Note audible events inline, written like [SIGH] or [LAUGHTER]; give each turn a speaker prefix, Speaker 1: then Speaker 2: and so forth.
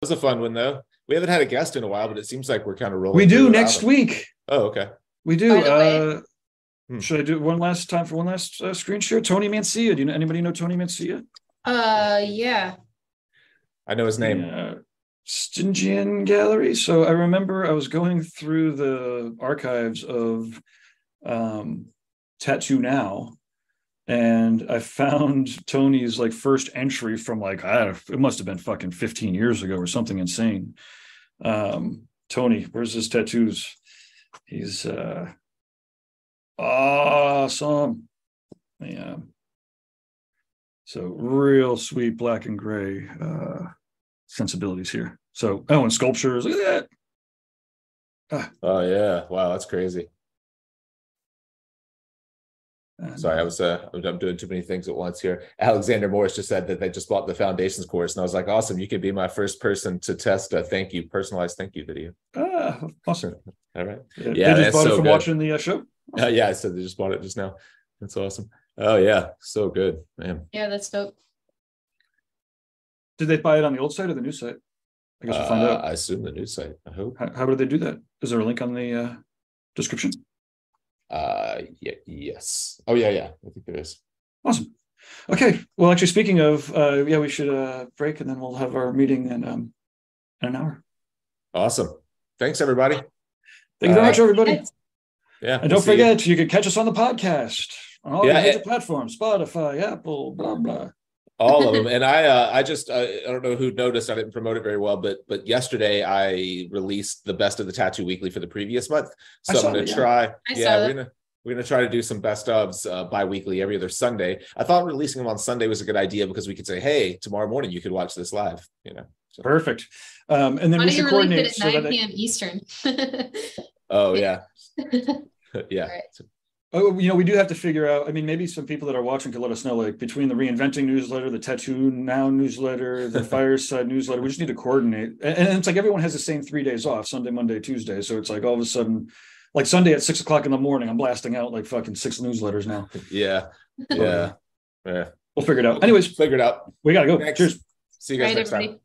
Speaker 1: was a fun one though. We haven't had a guest in a while, but it seems like we're kind of rolling.
Speaker 2: We do
Speaker 1: through
Speaker 2: next
Speaker 1: Robin.
Speaker 2: week.
Speaker 1: Oh, okay.
Speaker 2: We do.
Speaker 3: By the way-
Speaker 2: Uh,
Speaker 1: Hmm.
Speaker 2: Should I do it one last time for one last uh, screen share? Tony Mancia. Do you know anybody know Tony Mancia?
Speaker 3: Uh, yeah.
Speaker 1: I know his name.
Speaker 2: Yeah. Stygian uh, Gallery. So I remember I was going through the archives of um, Tattoo Now, and I found Tony's like first entry from like I don't know, it must have been fucking 15 years ago or something insane. Um, Tony, where's his tattoos? He's uh, awesome. Yeah. So real sweet black and gray. Uh, sensibilities here. So, oh, and sculptures. Look at
Speaker 1: Oh yeah. Wow, that's crazy.
Speaker 2: that. And
Speaker 1: Sorry, I was uh, I'm I'm doing too many things at once here. Alexander Morris just said that they just bought the foundations course, and I was like, awesome. You could be my first person to test a thank you personalized thank you video.
Speaker 2: Ah, awesome.
Speaker 1: All right.
Speaker 2: Yeah,
Speaker 1: Yeah,
Speaker 2: they
Speaker 1: that's
Speaker 2: just bought
Speaker 1: so
Speaker 2: it from
Speaker 1: good.
Speaker 2: watching the uh, show.
Speaker 1: Uh, yeah, so they just bought it just now. That's awesome. Oh yeah, so good, man.
Speaker 3: Yeah, that's dope.
Speaker 2: Did they buy it on the old site or the new site? I guess we'll find
Speaker 1: Uh,
Speaker 2: out.
Speaker 1: I assume the news site. I hope.
Speaker 2: How, how do they do that? Is there a link on the uh, description?
Speaker 1: Uh, yeah, yes. Oh yeah, yeah. I think there is.
Speaker 2: Awesome. Okay. Well, actually, speaking of, uh, yeah, we should uh, break and then we'll have our meeting in, um, in an hour.
Speaker 1: Awesome. Thanks everybody.
Speaker 2: Thank you very
Speaker 1: Uh,
Speaker 2: much, everybody.
Speaker 3: Thanks.
Speaker 1: Yeah.
Speaker 2: And
Speaker 1: we'll
Speaker 2: don't
Speaker 1: see you.
Speaker 2: forget, you. can catch us on the podcast on all
Speaker 1: Yeah,
Speaker 2: the major
Speaker 1: it-
Speaker 2: platforms Spotify, Apple, blah, blah.
Speaker 1: all of them and i uh, i just uh, i don't know who noticed i didn't promote it very well but but yesterday i released the best of the tattoo weekly for the previous month so
Speaker 2: I
Speaker 1: i'm
Speaker 2: saw
Speaker 1: gonna
Speaker 2: that, yeah.
Speaker 1: try
Speaker 3: I
Speaker 1: yeah
Speaker 3: saw
Speaker 1: we're
Speaker 3: that.
Speaker 1: gonna we're gonna try to do some best ofs uh, bi-weekly every other sunday i thought releasing them on sunday was a good idea because we could say hey tomorrow morning you could watch this live you know
Speaker 2: Perfect. Um, and then
Speaker 3: Why
Speaker 2: we
Speaker 3: don't you
Speaker 2: should
Speaker 3: release
Speaker 2: coordinate
Speaker 3: it at
Speaker 2: so
Speaker 3: 9
Speaker 2: that. it-
Speaker 3: p.m. Eastern?
Speaker 1: oh yeah
Speaker 3: [LAUGHS]
Speaker 1: yeah [LAUGHS]
Speaker 3: All right.
Speaker 2: Oh, you know, we do have to figure out. I mean, maybe some people that are watching could let us know, like between the reinventing newsletter, the tattoo now newsletter, the fireside newsletter. We just need to coordinate. And, and it's like everyone has the same three days off: Sunday, Monday, Tuesday. So it's like all of a sudden, like Sunday at six o'clock in the morning, I'm blasting out like fucking six newsletters now.
Speaker 1: yeah yeah yeah
Speaker 2: We'll figure it out. Anyways,
Speaker 1: figure it out
Speaker 2: we gotta go.
Speaker 1: Thanks.
Speaker 2: Cheers.
Speaker 1: see you guys
Speaker 3: All right,
Speaker 1: next time
Speaker 3: everybody.